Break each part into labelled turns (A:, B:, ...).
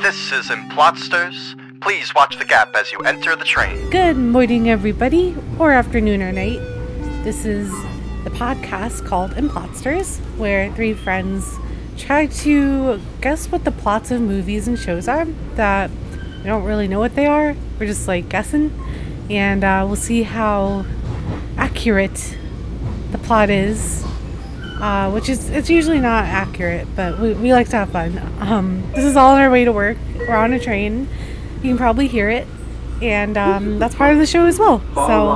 A: This is Implotsters. Please watch the gap as you enter the train.
B: Good morning, everybody, or afternoon or night. This is the podcast called Implotsters, where three friends try to guess what the plots of movies and shows are that we don't really know what they are. We're just like guessing, and uh, we'll see how accurate the plot is. Uh, which is it's usually not accurate, but we, we like to have fun. Um, this is all on our way to work. We're on a train. You can probably hear it, and um, that's part of the show as well. So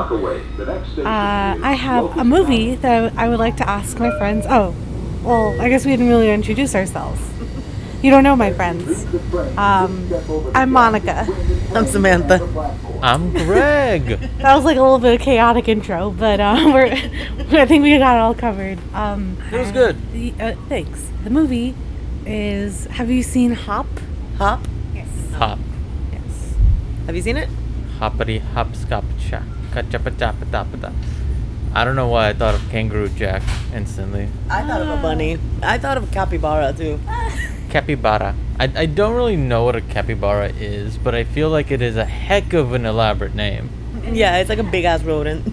B: uh, I have a movie that I would like to ask my friends. Oh, well, I guess we didn't really introduce ourselves. You don't know my friends. Um, I'm Monica.
C: I'm Samantha.
D: I'm Greg.
B: That was like a little bit of chaotic intro, but uh, we're I think we got it all covered. Um,
D: It was good.
B: the- uh, thanks. The movie is. Have you seen Hop?
C: Hop.
B: Yes.
D: Hop,
B: Yes.
C: Have you seen it?
D: hoppity, hop, scop, chop, chapa, chapa, dapa, da. I don't know why I thought of Kangaroo Jack instantly.
C: I thought of a bunny. I thought of a capybara too.
D: Capybara. I, I don't really know what a capybara is, but I feel like it is a heck of an elaborate name.
C: Yeah, it's like a big ass rodent.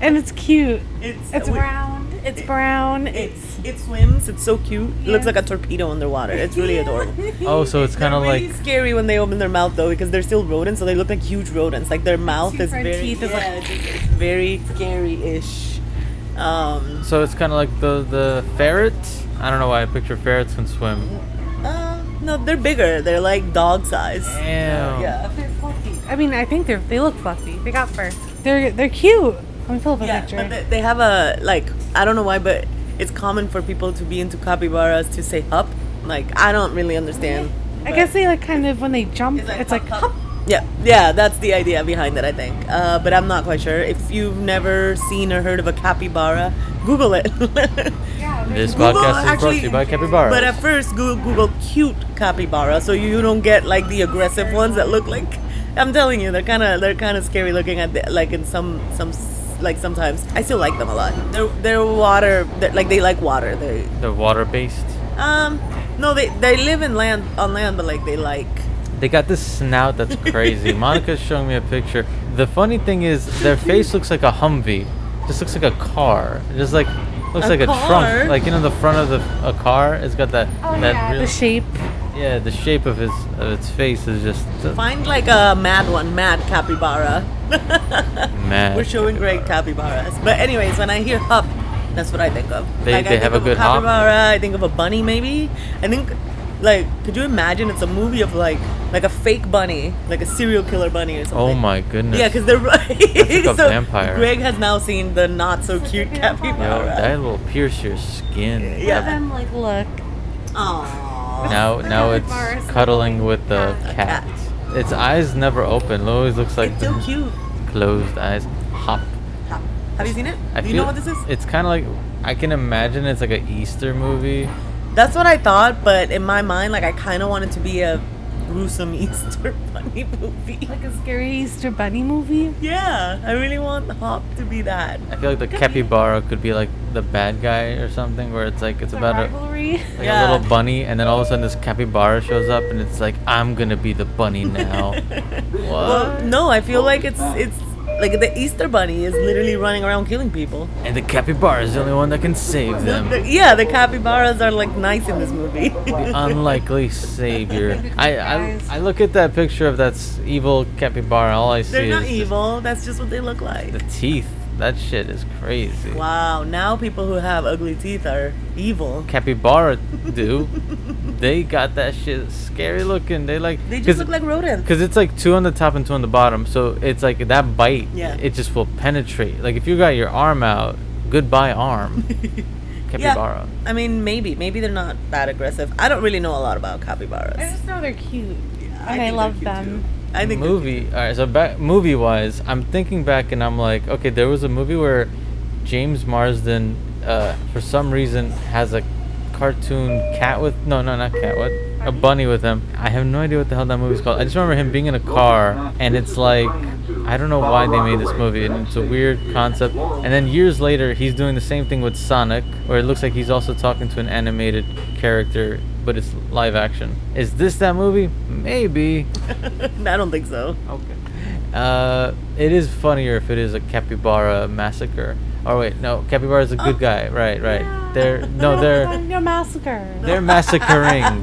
B: And it's cute.
C: it's
B: It's round. It's brown. It's
C: It's it swims. It's so cute. It looks
B: Yeah.
C: like a torpedo underwater. It's really adorable.
D: Oh, so it's kind of
C: really
D: like
C: scary when they open their mouth though because they're still rodents, so they look like huge rodents. Like their mouth
B: Two
C: is
B: front
C: very
B: teeth is
C: yeah,
B: like-
C: it's- it's very scary-ish. Um,
D: so it's kind of like the the ferret. I don't know why I picture ferrets can swim.
C: uh, no, they're bigger. They're like dog size.
D: Damn.
C: Yeah.
B: they're fluffy. I mean, I think they're they look fluffy. They got fur. They're they're cute. I'm full of a
C: Yeah,
B: picture.
C: but they, they have a like I don't know why, but it's common for people to be into capybaras to say "up." Like I don't really understand.
B: I guess they like kind of when they jump. It's like, hop.
C: Yeah, yeah, that's the idea behind it, I think. Uh, but I'm not quite sure. If you've never seen or heard of a capybara, Google it.
D: This
C: Google
D: podcast is brought to
C: actually-
D: you by capybara.
C: but at first, Google, Google cute capybara, so you don't get like the aggressive ones that look like. I'm telling you, they're kind of they're kind of scary looking at the, like in some some s- like sometimes. I still like them a lot. They're they're water they're, like they like water. They
D: They're water based.
C: um no they they live in land on land, but like they like
D: They got this snout that's crazy. Monica's showing me a picture. The funny thing is, their face looks like a Humvee. Just looks like a car. It Just like looks
C: A
D: like a
C: car?
D: trunk. Like you know, the front of the a car. It's got that
B: Oh
D: that
B: yeah,
D: real-
B: the shape.
D: yeah, the shape of his of its face is just
C: find like a mad one, mad capybara.
D: mad.
C: We're showing great capybaras. But anyways, when I hear hop, that's what I think of.
D: They-
C: like, I
D: they
C: think
D: have a
C: of
D: good hop?
C: capybara. I think of a bunny, maybe. I think, like, could you imagine? It's a movie of like, like a fake bunny, like a serial killer bunny or
D: Oh
C: something.
D: my goodness.
C: Yeah, because they're
D: like a
C: so
D: vampire.
C: Greg has now seen the not so cute
B: It's like a
D: Yo, that
C: capybara.
D: will pierce your skin.
C: Yeah.
B: Let them like look.
C: Aww.
D: Now now it's
B: Mars.
D: cuddling with the
B: A
D: cat. Its eyes never open. It always looks like
C: it's so cute.
D: closed eyes. Hop.
C: Hop. Have you seen it?
D: I
C: Do
D: feel
C: you know what this is?
D: It's kind of like I can imagine it's like an Easter movie.
C: That's what I thought, but in my mind, like I kind of wanted to be a gruesome Easter bunny movie.
B: Like a scary Easter Bunny movie.
C: Yeah, I really want Hop to be that.
D: I feel like the capybara could be like the bad guy or something, where it's like it's
B: a
D: about a,
B: rivalry.
D: like
C: Yeah.
D: a little bunny, and then all of a sudden this capybara shows up, and it's like I'm gonna be the bunny now.
C: Well,
D: what?
C: no, I feel like it's it's like the Easter bunny is literally running around killing people.
D: And the capybara is the only one that can save them.
C: The- yeah, the capybaras are like nice in this movie.
D: Unlikely savior. I, I
B: Guys.
D: I look at that picture of that s- evil capybara. All I see
C: They're
D: is
C: not
D: just
C: evil. That's just what they look like.
D: the teeth. That shit is crazy.
C: Wow, now people who have ugly teeth are evil.
D: capybara do. they got that shit scary looking. They like
C: They
D: cause-
C: just look like rodents.
D: Cause it's like two on the top and two on the bottom, so it's like that bite.
C: Yeah.
D: It just will penetrate. Like if you got your arm out, goodbye arm. Capybara.
C: I mean, maybe maybe they're not that aggressive. I don't really know a lot about capybaras.
B: I just know they're cute,
C: I
B: and
C: think
B: I,
C: they're
B: love
C: cute,
B: them.
C: too. I think
D: movie. All right, so back movie wise, I'm thinking back and I'm like, okay, there was a movie where James Marsden, uh, for some reason, has a cartoon cat with no, no, not cat, what a bunny with him. I have no idea what the hell that movie's called. I just remember him being in a car and it's like I don't know why they made this movie, and it's a weird concept. And then years later, he's doing the same thing with Sonic, where it looks like he's also talking to an animated character, but it's live action. Is this that movie? Maybe.
C: I don't think so.
D: Okay. Uh, it is funnier if it is a capybara massacre. Oh wait, no, capybara is a good guy. Right, right. They're no,
B: No,
D: they're
B: Oh. no massacre.
D: they're massacring.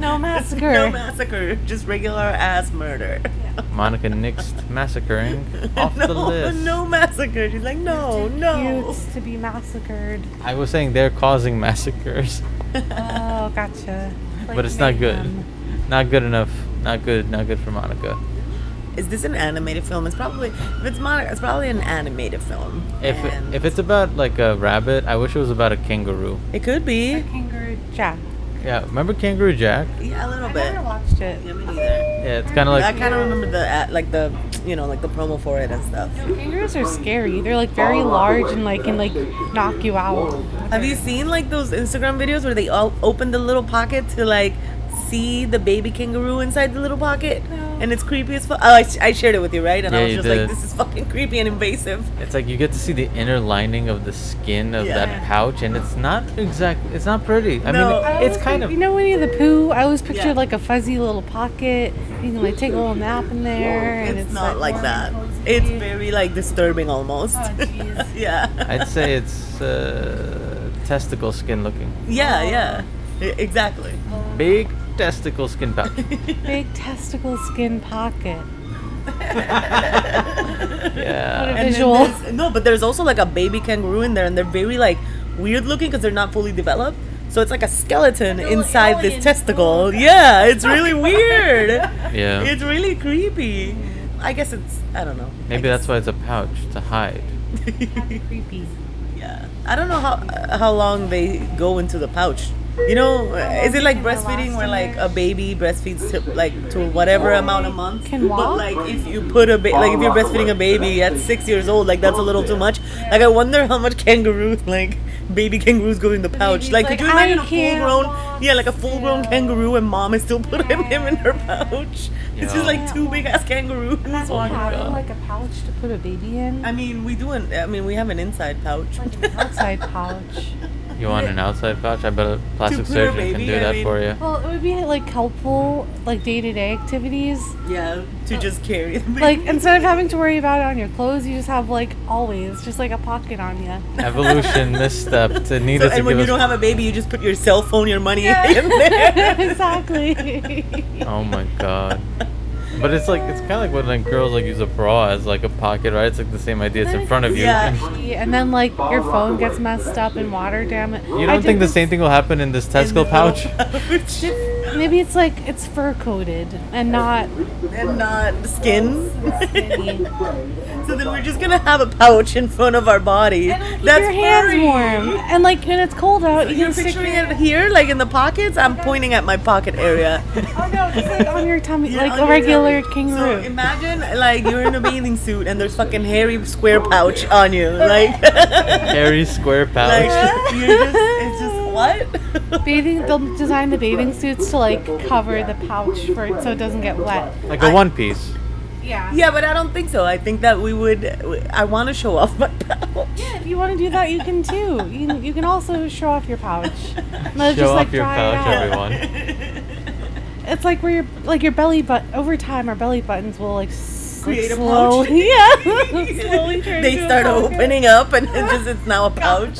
B: No massacre.
C: No massacre, just regular ass murder.
D: Monica nixed massacring off
C: no,
D: the list.
C: no massacre. She's like, no, no.
B: Cute to be massacred.
D: I was saying they're causing massacres,
B: Oh, gotcha. Like um,
D: but it's not good.
B: mayhem.
D: Not good enough. Not good. Not good for Monica.
C: Is this an animated film? It's probably if it's Monica, it's probably an animated film.
D: If
C: And-
D: if it's about like a rabbit, I wish it was about a kangaroo.
C: it could be,
B: Kangaroo Jack.
D: Yeah, remember Kangaroo Jack?
C: yeah, a little
B: I
C: bit.
B: never watched it.
C: Yeah, me neither.
D: Yeah, it's kind of like
C: I kind of remember the ad, like the you know like the promo for it and stuff.
B: Kangaroos are scary. They're like very large and like can like knock you out.
C: Have you seen like those Instagram videos where they all open the little pocket to like see the baby kangaroo inside the little pocket?
B: No.
C: And it's creepy as fuck. Oh, I, sh- I shared it with you, right? And I
D: Yeah,
C: was
D: you
C: just
D: did.
C: like, this is fucking creepy and invasive.
D: It's like you get to see the inner lining of the skin of that
C: Yeah.
D: pouch, and it's not exact. It's not pretty. I
C: No.
D: mean, it's
B: always
D: kind
B: think-
D: of.
B: Oh, you know Winnie the Pooh. I always pictured
C: Yeah.
B: like a fuzzy little pocket. You can like take a little nap in there, and
C: It's,
B: it's
C: not like
B: warm
C: that.
B: and cozy.
C: It's very like disturbing almost.
B: Oh, jeez.
C: yeah.
D: I'd say it's uh, testicle skin looking.
C: yeah, yeah. E- Exactly.
D: Big testicle skin pouch.
B: big testicle skin pocket.
D: Yeah.
C: And then
B: Visual.
C: there's- no, but there's also like a baby kangaroo in there, and they're very like weird looking because they're not fully developed. So it's like a skeleton inside this
B: Oh,
C: testicle. Yeah, it's really weird.
D: Yeah.
C: It's really creepy. I guess it's I don't know. I
D: Maybe that's why it's a pouch to hide.
B: Creepy.
C: guess- yeah. I don't know how uh, how long they go into the pouch. You know, uh, is it like
B: they're
C: breastfeeding
B: lost
C: where
B: in
C: like
B: there?
C: a baby breastfeeds to like to whatever amount of months?
B: Can walk?
C: But like if you put a ba- like if you're breastfeeding a baby at six years old, like that's a little too much. Like I wonder how much kangaroos like baby kangaroos go in the pouch.
B: baby's
C: Like
B: like,
C: could you
B: "I
C: imagine a full
B: can't
C: grown yeah like a full grown kangaroo and mom is still putting him in her pouch? It's
D: Yeah.
C: just like two big ass kangaroos.
D: Oh my
B: Having
D: God.
B: like a pouch to put a baby in.
C: I mean, we do an. I mean, we have an inside pouch.
B: like an outside pouch.
D: You want an outside pouch? I bet a plastic
C: put a
D: surgeon can
C: baby,
D: do
C: I
D: that
C: mean-
D: for you.
B: Well, it would be like helpful, like day to day activities.
C: Yeah, to just carry. the
B: Like
C: baby.
B: instead of having to worry about it on your clothes, you just have like always just like a pocket on you.
D: Evolution misstepped. It
C: So,
D: needed to
C: and when
D: give
C: you
D: us.
C: don't have a baby, you just put your cell phone, your money in there.
B: exactly.
D: Oh my god. But it's like it's kind of like when like girls like use a bra as like a pocket, right? It's like the same idea. It's in front of you.
C: Yeah.
B: and then like your phone gets messed up and water damage.
D: You don't think the same thing will happen in this
C: In the
D: testicle pouch?
C: pouch.
B: Maybe it's like it's fur coated and not
C: and not the skin.
B: skinny.
C: so then we're just gonna have a pouch in front of our body.
B: Keep your hands
C: furry.
B: warm. And like when it's cold out, you
C: You're
B: can stick
C: picturing
B: your-
C: it here, like in the pockets. I'm pointing at my pocket area.
B: Oh no, just like on your tummy,
C: Yeah,
B: like
C: on
B: a
C: your
B: regular
C: tummy.
B: kangaroo.
C: So imagine like you're in a bathing suit and there's fucking hairy square pouch on you, like, like
D: Hairy square pouch.
C: you're just it's just what?
B: Bathing, they'll design the bathing suits to like cover the pouch for it so it doesn't get wet.
D: Like a one piece.
B: Yeah.
C: Yeah, but I don't think so. I think that we would. I want to show off my pouch.
B: If you want to do that, you can too. You can, you can also show off your pouch. Let it
D: Show
B: just, like,
D: off your
B: dry it
D: pouch,
B: out.
D: everyone.
B: It's like where your like your belly button over time, our belly buttons will like s-
C: Create a
B: like
C: pouch.
B: slowly, yeah, slowly turn
C: they
B: into a
C: start
B: pocket.
C: opening up, and it just it's now a pouch.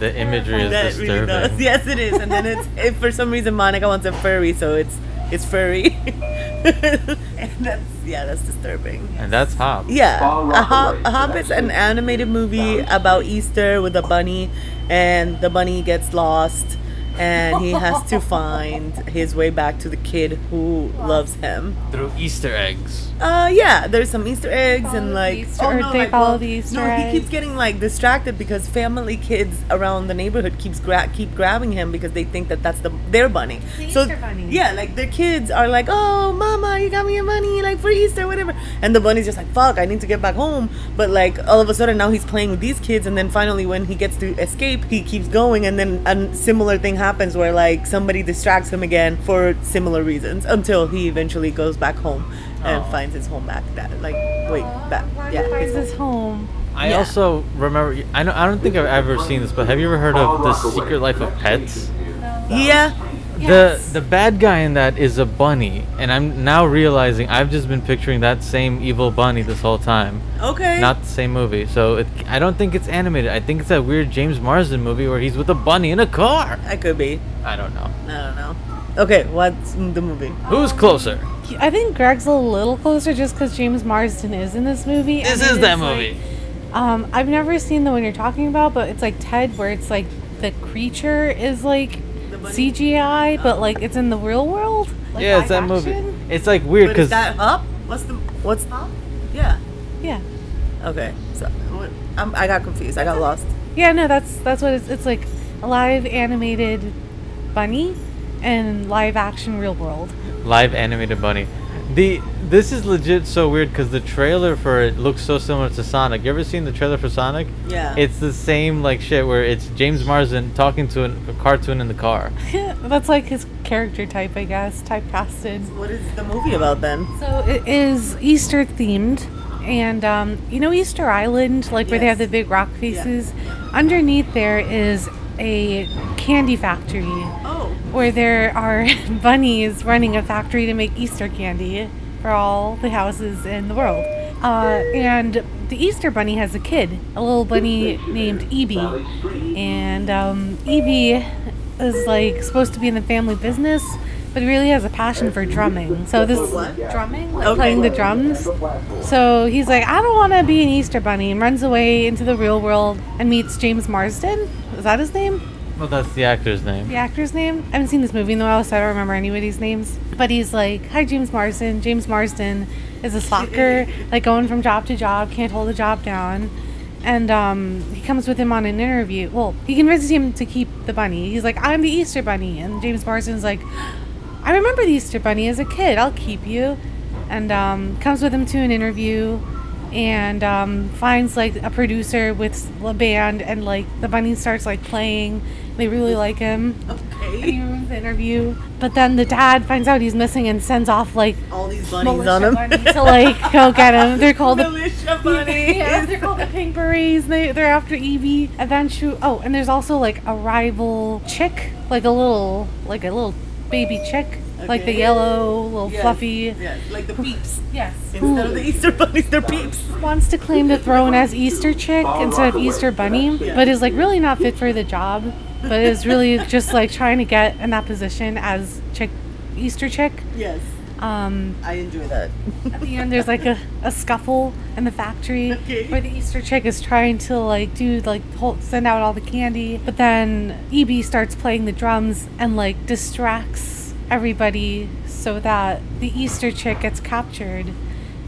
D: The imagery is
C: That really
D: disturbing.
C: does. Yes, it is. And then it's if for some reason Monica wants a furry, so it's it's furry. and that's yeah, that's disturbing.
D: And that's hop.
C: Yeah, a, hop, a hop is an animated movie about Easter with a bunny, and the bunny gets lost, and he has to find his way back to the kid who loves him.
D: Through Easter eggs.
C: Uh, yeah, there's some Easter eggs and
B: the
C: like
B: Easter- or they follow the Easter
C: No, he
B: eggs.
C: keeps getting like distracted because family kids around the neighborhood keeps gra- keep grabbing him because they think that that's the their bunny.
B: The
C: so
B: Easter bunny.
C: yeah, like their kids are like, "Oh, mama, you got me a bunny like for Easter, whatever," and the bunny's just like, "Fuck, I need to get back home." But like all of a sudden now he's playing with these kids, and then finally when he gets to escape, he keeps going, and then a similar thing happens where like somebody distracts him again for similar reasons until he eventually goes back home and
D: Aw.
C: finds his home back. That like wait, that
B: Someone
C: Yeah.
B: finds his home.
D: I
C: Yeah.
D: also remember. I don't. I don't think I've ever seen this, but have you ever heard of the Secret Life of Pets?
C: Yeah.
B: Yes.
D: The the bad guy in that is a bunny, and I'm now realizing I've just been picturing that same evil bunny this whole time.
C: Okay.
D: Not the same movie, so it, I don't think it's animated. I think it's that weird James Marsden movie where he's with a bunny in a car.
C: I could be.
D: I don't know.
C: I don't know. Okay, what's the movie?
D: Who's closer?
B: I think Greg's a little closer just because James Marsden is in this movie.
D: This
B: and it
D: is that
B: like-
D: movie.
B: um, I've never seen the one you're talking about, but it's like Ted, where it's like the creature is like CGI,
C: Oh.
B: but like it's in the real world. Like,
D: yeah, it's that
B: live
D: movie.
B: action?
D: It's like weird
C: But is
D: because
C: that up? What's the what's up? Yeah.
B: Yeah,
C: Okay. So what- I'm, I got confused. I got lost.
B: yeah. No, that's that's what it's. It's like a live animated bunny and live action real world.
D: live animated bunny. The this is legit so weird because the trailer for it looks so similar to Sonic. You ever seen the trailer for Sonic?
C: Yeah.
D: It's the same like shit where it's James Marsden talking to an, a cartoon in the car.
B: that's like his character type, I guess, typecasted.
C: what is the movie about then?
B: So it is Easter themed, and um, you know Easter Island, like where they have the
C: Yes.
B: big rock faces. Underneath there is a candy factory
C: Oh.
B: where there are bunnies running a factory to make Easter candy for all the houses in the world. Uh, and the Easter bunny has a kid, a little bunny named Evie. And um, Evie is like supposed to be in the family business, but really has a passion for drumming. So this
C: What?
B: drumming, like
C: Okay.
B: playing the drums. So he's like, I don't want to be an Easter bunny, and runs away into the real world and meets James Marsden. Is that his name?
D: Well, that's the actor's name.
B: the actor's name. I haven't seen this movie in a while, so I don't remember anybody's names. But he's like, "Hi, James Marsden." James Marsden is a slacker, like going from job to job, can't hold a job down. And um, he comes with him on an interview. Well, he convinces him to keep the bunny. He's like, "I'm the Easter Bunny," and James Marsden's like, "I remember the Easter Bunny as a kid. I'll keep you." And um, comes with him to an interview. And um, finds like a producer with a band, and like the bunny starts like playing. They really like him
C: Okay.
B: he ruins the interview. But then the dad finds out he's missing and sends off like
C: All these bunnies on
B: militia
C: him.
B: bunny to like go get him. They're called the
C: militia bunny.
B: yeah, they're called the Pink Berets. And they they're after Evie. And then she oh, and there's also like a rival chick, like a little like a little baby chick, like the
C: Okay.
B: yellow little
C: Yes.
B: fluffy.
C: Yeah, like the peeps.
B: Yes.
C: Instead of the Easter bunnies, they're peeps.
B: wants to claim the throne as Easter chick instead of Easter bunny, but is like really not fit for the job, but is really just like trying to get in that position as chick Easter chick.
C: Yes.
B: Um,
C: I enjoy that.
B: at the end, there's like a, a scuffle in the factory
C: Okay.
B: where the Easter chick is trying to like do like whole, send out all the candy, but then EB starts playing the drums and like distracts everybody so that the Easter chick gets captured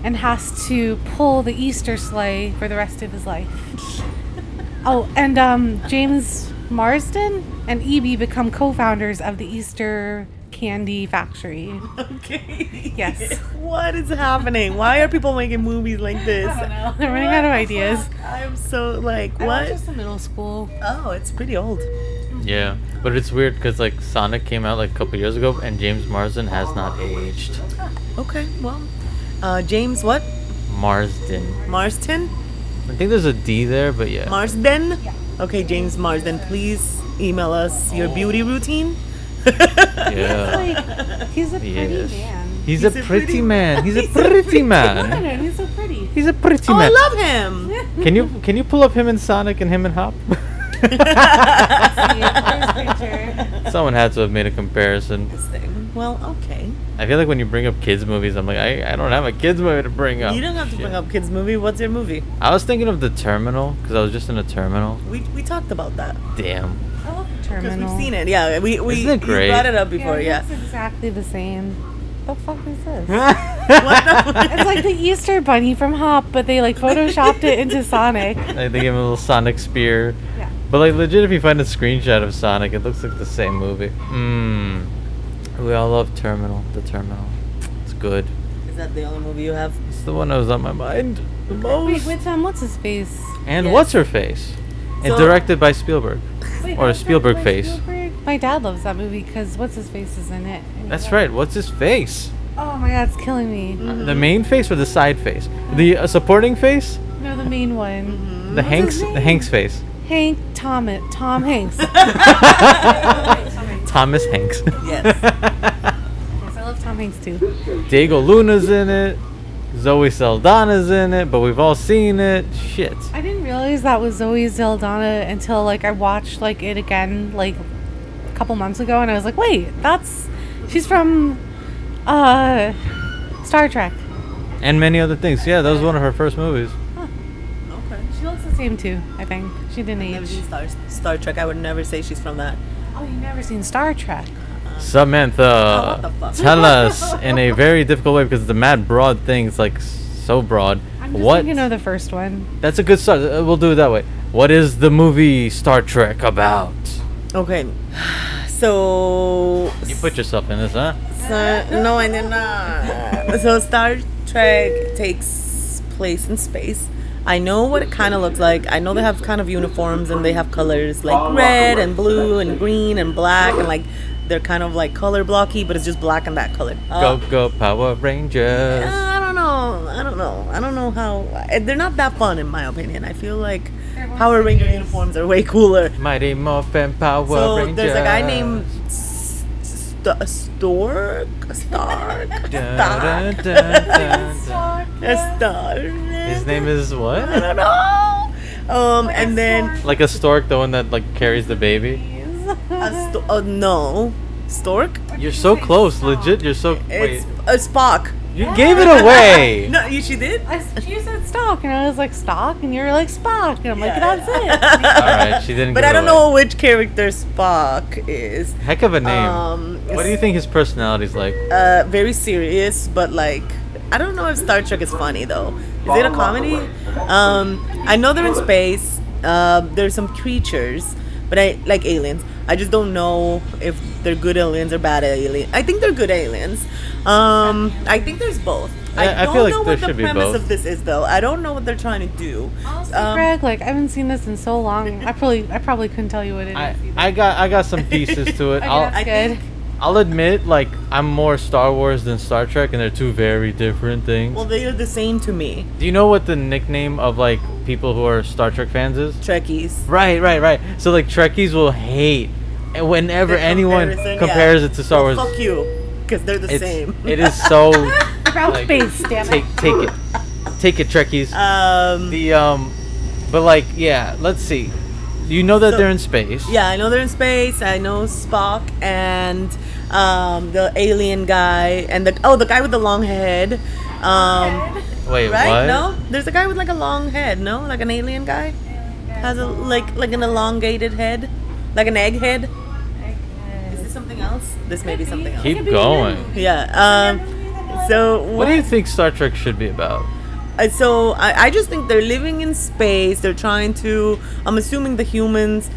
B: and has to pull the Easter sleigh for the rest of his life. oh, and um, James Marsden and EB become co-founders of the Easter Candy Factory.
C: Okay.
B: Yes.
C: What is happening? Why are people making movies like this?
B: I don't know. They're running out of ideas.
C: I'm so like,
B: I
C: what?
B: was just in middle school.
C: Oh, it's pretty old.
D: Yeah, but it's weird because like Sonic came out like a couple years ago, and James Marsden has not aged.
C: Okay, well, uh, James, what?
D: Marsden.
C: Marston?
D: I think there's a D there, but yeah.
C: Marsden? Okay, James Marsden, please email us your beauty routine.
D: yeah.
B: Like, he's a pretty
D: Uh, Yes.
B: man.
D: He's, a, pretty, man. He's a
B: I
D: pretty
B: don't
D: man.
B: know, he's so pretty.
D: He's a pretty
C: Oh, I
D: man.
C: love him.
D: Can you can you pull up him and Sonic and him and Hop? Someone had to have made a comparison.
C: This thing. Well, okay.
D: I feel like when you bring up kids movies, I'm like, I, I don't have a kids movie to bring up.
C: you don't have to
D: Shit.
C: bring up kids' movie. What's your movie?
D: I was thinking of the Terminal because I was just in a terminal.
C: We, we talked about that
D: Damn.
B: I love the
C: because
B: terminal.
C: we've seen it. Yeah, we we
D: Isn't it
C: you
D: great?
C: brought it up
B: Yeah,
C: before.
B: it
C: Yeah.
B: looks exactly the same. The fuck is this?
D: I
B: it's like the Easter Bunny from Hop, but they like photoshopped it into Sonic.
D: think give him a little Sonic spear.
B: Yeah.
D: But like legit, if you find a screenshot of Sonic, it looks like the same movie. Mmm. We all love Terminal. The Terminal. It's good.
C: Is that the only movie you have?
D: It's the one that was on my mind the
B: Wait,
D: most.
B: with um, what's his face?
D: and
C: Yes.
D: what's her face? and
C: So-
D: directed by Spielberg.
B: Wait,
D: Or a
B: that's
D: Spielberg
B: right,
D: face.
B: Spielberg? My dad loves that movie because what's his face is in it.
D: That's right. What's his face?
B: Oh my god, it's killing me.
D: The main face or the side face? The uh, supporting face?
C: Mm-hmm.
B: No, the main one.
D: The Hanks
B: his
D: the Hanks face.
B: Hank Thomas. Tom Hanks. yes,
D: Thomas Hanks.
C: Yes.
B: I love Tom Hanks too.
D: Diego Luna's in it. Zoe Saldana's in it, but we've all seen it. Shit.
B: I didn't realize that was Zoe Zeldana until like I watched like it again like a couple months ago, and I was like, wait, that's she's from uh Star Trek.
D: And many other things. Yeah, that was one of her first movies.
C: okay.
B: She looks the same too. I think she didn't
C: Never
B: age.
C: seen Star, Star Trek. I would never say she's from that.
B: Oh, you've never seen Star Trek?
D: Samantha,
C: Oh, what the fuck?
D: tell us in a very difficult way because the mad broad thing is like so broad.
B: I'm just
D: What?
B: thinking of the first one.
D: That's a good start. Uh, We'll do it that way. What is the movie Star Trek about?
C: Okay. So.
D: You put yourself in this, huh?
C: So, no, I did not. So Star Trek takes place in space. I know what it kind of looks like. I know they have kind of uniforms and they have colors like red and blue and green and black and like they're kind of like color blocky, but it's just black and that color. Uh,
D: Go go Power Rangers.
C: I don't know. I don't know. I don't know how. eh, They're not that fun in my opinion. I feel like Power Ranger uniforms are way cooler.
D: Mighty Morphin Power
C: So
D: Rangers.
C: there's a guy named S- St- Stork, Stark,
D: Dun,
C: Stark,
D: dun, dun, dun, dun.
C: Stark.
D: His name is
C: I
D: what?
C: don't know. Um, and then
D: Like a stork, the one that like carries the baby.
C: a sto- oh, no, Stork.
D: You're so close, legit. You're so.
C: It's
D: Wait,
C: a Spock.
D: you gave it away.
C: No, you she did.
B: I, s- she said stock, and I was like stock, and you're like Spock, and I'm like, that's it.
D: All right, she didn't.
C: But
D: give
C: I
D: it
C: don't
D: away.
C: know which character Spock is.
D: Heck of a name.
C: Um,
D: what do you think his personality's like?
C: uh, very serious, but like I don't know if Star Trek is funny though. Is it a comedy? Um, I know they're in space. Uh, there's some creatures, but I like aliens. I just don't know if they're good aliens or bad aliens. I think they're good aliens. Um, I think there's both.
D: Yeah, I
C: don't
D: feel like
C: know
D: there
C: what the
D: should be
C: premise
D: both.
C: of this is though. I don't know what they're trying to do.
B: Honestly,
C: Um,
B: Greg, like I haven't seen this in so long. I probably, I probably couldn't tell you what it is.
D: I, I got I got some pieces to it.
B: Okay,
D: I'll,
B: that's
C: I
B: good.
C: think-
D: I'll admit, like I'm more Star Wars than Star Trek, and they're two very different things.
C: Well, they are the same to me.
D: Do you know what the nickname of like people who are Star Trek fans is?
C: Trekkies.
D: Right, right, right. So like Trekkies will hate and whenever
C: The
D: anyone
C: comparison, yeah.
D: compares it to Star
C: Well,
D: Wars.
C: Fuck you, because they're the
D: It's,
C: same.
D: it is so
B: Ralph
D: like,
B: Bates, damn
D: take
B: it.
D: take it, take it, Trekkies.
C: um,
D: the um, but like yeah, let's see. You know that
C: So-
D: they're in space.
C: Yeah, I know they're in space. I know Spock and um, the alien guy and the oh, the guy with the long head. Um,
D: Wait,
C: right?
D: what?
C: No, there's a guy with like a long head. No, like an alien guy has a like like an elongated head, like an egg head. Is this something else? This may be something else.
D: Keep going.
C: Yeah. Um, so
D: What do you think Star Trek should be about?
C: Uh, so I, I just think they're living in space they're trying to i'm assuming the humans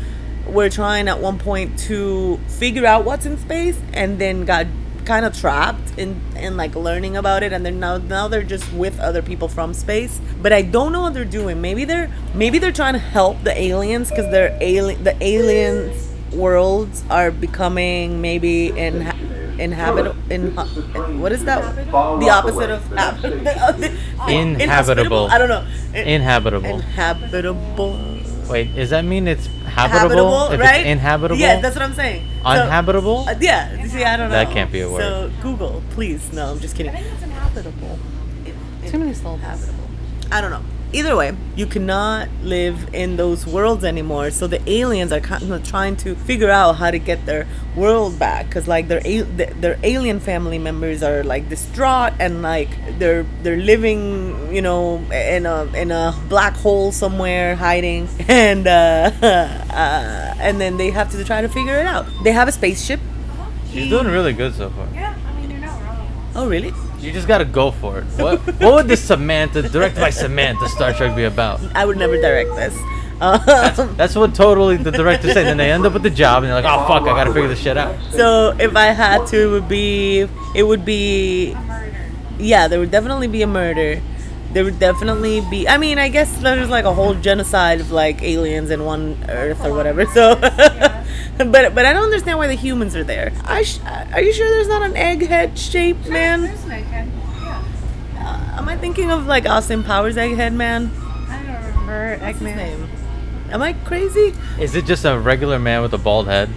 C: were trying at one point to figure out what's in space and then got kind of trapped in and like learning about it and then now now they're just with other people from space but i don't know what they're doing maybe they're maybe they're trying to help the aliens because they're alien the aliens worlds are becoming maybe inha- inhabitable in what is that the opposite of hab-
D: Inhabitable.
C: I don't know. In-
D: Inhabitable.
C: inhabitable.
D: Wait, does that mean it's habitable? if it's
C: right?
D: inhabitable?
C: Yeah, that's what I'm saying. So-
D: Unhabitable?
C: Uh, yeah. See, I don't know.
D: That can't be a word.
C: So Google, please. No, I'm just kidding.
B: Too many syllables.
C: I don't know. Either way, you cannot live in those worlds anymore. So the aliens are kind of trying to figure out how to get their world back because like their al- th- their alien family members are like distraught and like they're they're living you know in a in a black hole somewhere hiding and uh, uh, and then they have to try to figure it out. They have a spaceship.
D: She's doing really good so far.
B: Yeah, I mean you're not wrong.
C: Oh really?
D: You just gotta go for it. What what would the Samantha directed by Samantha Star Trek be about?
C: I would never direct this. Um,
D: That's what totally the director said. Then they end up with the job and they're like, oh fuck, I gotta figure this shit out.
C: So if I had to, it would be it would be
B: Murder.
C: yeah, there would definitely be a murder. there would definitely be. I mean, I guess there's like a whole genocide of like aliens and one Earth or whatever. So, but but I don't understand why the humans are there. I sh- are you sure there's not an egghead shaped man?
E: There's an egghead. Yeah.
C: Uh, am I thinking of like Austin Powers egghead man?
E: I don't remember.
B: Or
C: What's his
B: Eggman.
C: name? Am I crazy?
D: Is it just a regular man with a bald head?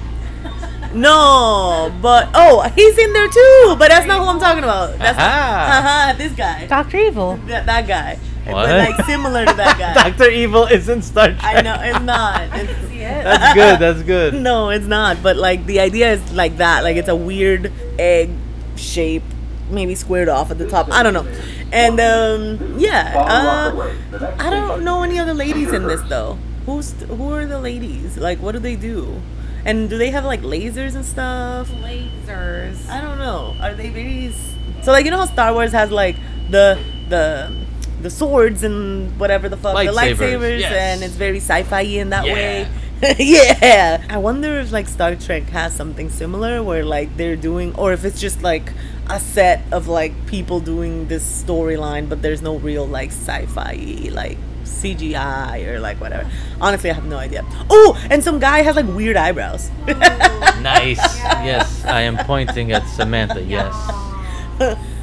C: No, but oh, he's in there too. But that's not who I'm talking about. That's
D: Aha.
C: uh this guy.
B: Doctor Evil.
C: That, that guy.
D: What?
C: But like similar to that guy.
D: Doctor Evil is in Star Trek.
C: I know it's not. It's,
E: See it?
D: That's good. That's good.
C: no, it's not. But like the idea is like that. Like it's a weird egg shape, maybe squared off at the top. I don't know. And um, yeah, uh, I don't know any other ladies in this though. Who's who are the ladies? Like what do they do? And do they have like lasers and stuff?
E: Lasers.
C: I don't know. Are they very s- so like you know how Star Wars has like the the the swords and whatever the fuck the
D: Lightsabers,
C: lightsabers
D: yes.
C: and it's very sci-fi in that
D: Yeah.
C: way. yeah. I wonder if like Star Trek has something similar where like they're doing or if it's just like a set of like people doing this storyline but there's no real like sci-fi like CGI or like whatever. Honestly, I have no idea. Oh, and some guy has like weird eyebrows.
D: Nice. Yes, I am pointing at Samantha. Yes.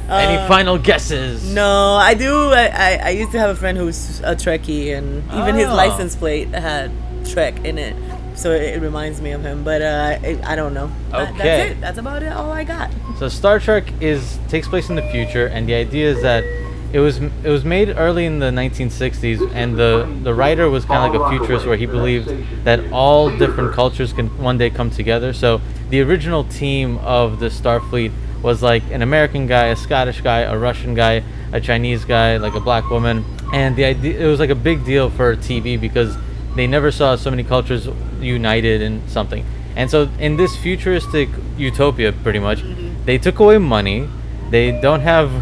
D: Any final guesses?
C: No, I do. I, I, I used to have a friend who's a Trekkie, and even his
D: Oh.
C: license plate had Trek in it, so it, it reminds me of him. But uh, I, I don't know. That-
D: Okay.
C: that's it. That's about it. All I got.
D: So Star Trek is takes place in the future, and the idea is that it was it was made early in the 1960s, and the the writer was kind of like a futurist where he believed that all different cultures can one day come together. So the original team of the Starfleet was like an American guy, a Scottish guy, a Russian guy, a Chinese guy, like a black woman, and the idea it was like a big deal for TV because they never saw so many cultures united in something. And so in this futuristic utopia pretty much, they took away money. They don't have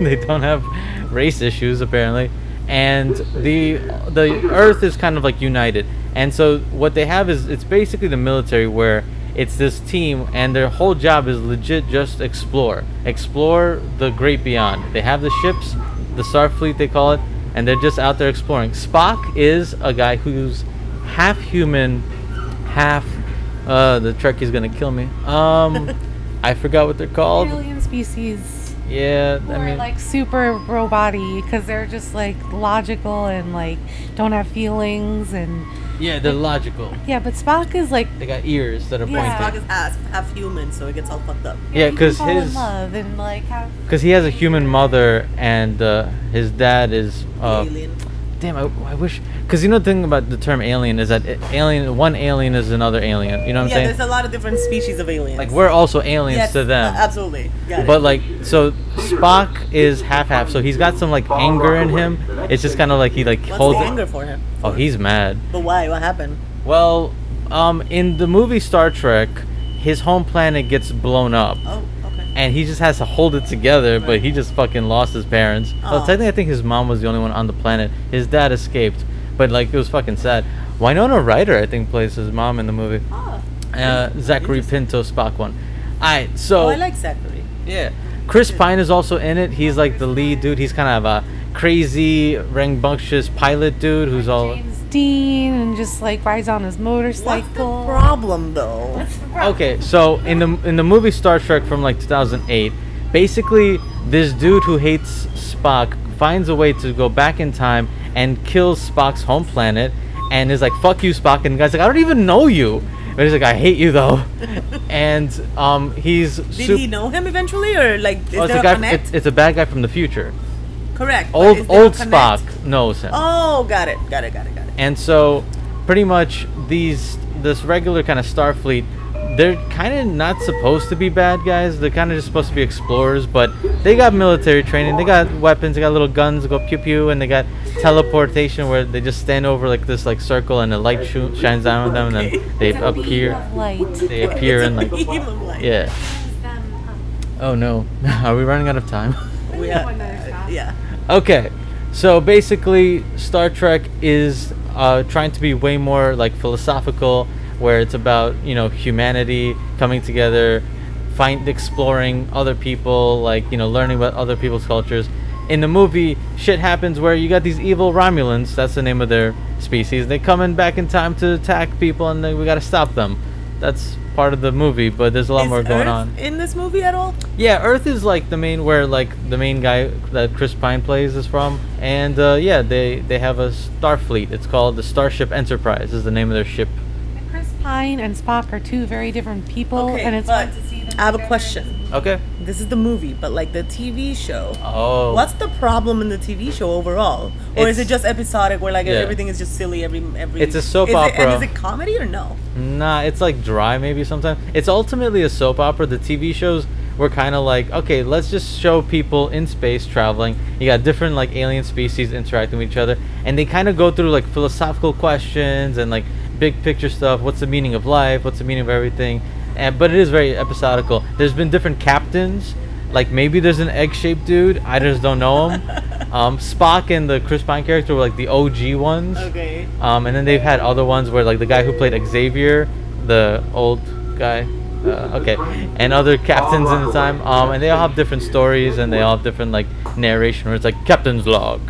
D: they don't have race issues apparently. And the the earth is kind of like united. And so what they have is it's basically the military where it's this team and their whole job is legit just explore. Explore the great beyond. They have the ships, the Starfleet they call it, and they're just out there exploring. Spock is a guy who's half human, half uh the Trekkie's gonna kill me. Um I forgot what they're called.
B: Alien species.
D: Yeah,
B: Who
D: I
B: are
D: mean
B: like super roboty because they're just like logical and like don't have feelings and
D: Yeah, they're logical.
B: yeah. But Spock is like
D: They got ears that are
B: Yeah.
D: pointing.
C: Spock is half, half human, so it gets all fucked up.
B: he
D: Yeah,
B: can
D: 'cause
B: fall in
D: his-
B: love and like have
D: Because he has a human mother, and uh, his dad is. Uh,
C: Alien.
D: damn, I, I wish. Because you know the thing about the term alien is that it, alien, one alien is another alien. You know what
C: yeah,
D: I'm
C: there's
D: saying?
C: a lot of different species of aliens.
D: Like we're also aliens
C: Yes,
D: to them.
C: uh, absolutely. Got it.
D: But like, so Spock is half half, so he's got some like anger in him. It's just kind of like he like
C: what's
D: holds
C: the
D: it-
C: anger for him?
D: Oh, he's mad.
C: But why? What happened?
D: Well, um, in the movie Star Trek, his home planet gets blown up.
C: Oh, okay.
D: and he just has to hold it together. But he just fucking lost his parents. Well,
C: Aw.
D: technically, I think his mom was the only one on the planet. His dad escaped, but like it was fucking sad. Winona Ryder, I think, plays his mom in the movie.
C: Oh,
D: Uh, Zachary Pinto Spock one. All right, so
C: oh, I like Zachary.
D: yeah, Chris Pine is also in it. He's like the lead dude. He's kind of a crazy, rambunctious pilot dude who's all
B: James Dean and just like rides on his
C: What's the
B: motorcycle.
C: problem though?
D: Okay, so in the in the movie Star Trek from like 2008, basically this dude who hates Spock finds a way to go back in time and kills Spock's home planet, and is like "fuck you, Spock," and the guy's like "I don't even know you," but he's like "I hate you though," and um he's
C: Did
D: sup-
C: he know him eventually, or like is
D: Oh, it's
C: there
D: a
C: a
D: guy.
C: connect?
D: It's, it's a bad guy from the future.
C: Correct. but
D: Old
C: is there a
D: old
C: connect?
D: Spock knows him.
C: Oh, got it, got it, got it, got it.
D: And so, pretty much these this regular kind of Starfleet, they're kind of not supposed to be bad guys. They're kind of just supposed to be explorers, but they got military training. They got weapons. They got little guns that go pew pew, and they got teleportation where they just stand over like this like circle, and the light sho- shines down on them, and then they
B: It's a beam
D: appear.
B: of light.
D: They appear
C: It's
D: and
C: a
D: like
C: beam of light.
D: yeah. Oh no, are we running out of time?
C: We
E: Yeah.
C: have- uh,
E: One that is not.
C: yeah.
D: Okay, so basically, Star Trek is uh, trying to be way more like philosophical, where it's about you know humanity coming together, find exploring other people, like you know learning about other people's cultures. in the movie, shit happens where you got these evil Romulans. That's the name of their species. They come in back in time to attack people, and then we gotta stop them. That's part of the movie, but there's a lot
C: Is
D: more going
C: Earth
D: on.
C: in this movie at all?
D: Yeah, Earth is like the main where like the main guy that Chris Pine plays is from, and uh, yeah, they they have a Starfleet. It's called the Starship Enterprise. Is the name of their ship.
B: And Chris Pine and Spock are two very different people,
C: Okay,
B: and it's
C: but
B: fun to see them.
C: I have a
B: together.
C: question.
D: Okay.
C: This is the movie, but like the TV show.
D: Oh.
C: What's the problem in the TV show overall, or is
D: It's-
C: it just episodic where like
D: Yeah.
C: everything is just silly every every?
D: It's a soap
C: is It,
D: opera.
C: and is it comedy or no?
D: Nah, it's like dry maybe sometimes. It's ultimately a soap opera. The TV shows were kind of like, okay, let's just show people in space traveling. You got different like alien species interacting with each other, and they kind of go through like philosophical questions and like big picture stuff. What's the meaning of life? What's the meaning of everything? And but it is very episodical. There's been different captains. Like maybe there's an egg-shaped dude. I just don't know him. Um, Spock and the Chris Pine character were like the OG ones.
C: Okay.
D: Um, and then they've had other ones where like the guy who played Xavier, the old guy, uh, okay, and other captains in the time. Um, and they all have different stories and they all have different like narration where it's like captain's log,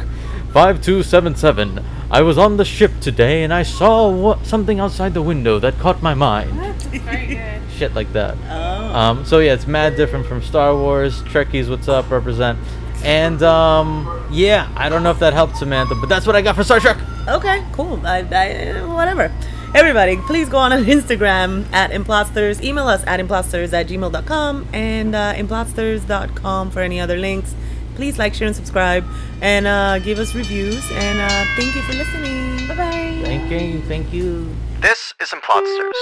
D: five two seven seven. I was on the ship today and I saw wha- something outside the window that caught my mind.
E: That's very good.
D: Shit like that.
C: Oh.
D: Um, so yeah, it's mad different from Star Wars. Trekkies, what's up? Represent. And um, yeah, I don't know if that helped Samantha, but that's what I got for Star Trek.
C: Okay, cool. I, I, whatever. Everybody, please go on Instagram at Implosters. Email us at Implosters at gmail.com and uh, Implosters.com for any other links. Please like, share, and subscribe. And uh, give us reviews. And uh, thank you for listening. Bye bye.
D: Thank you, thank you.
A: This is Implodsters.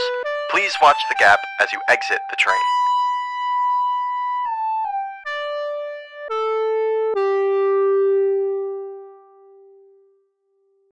A: Please watch the gap as you exit the train.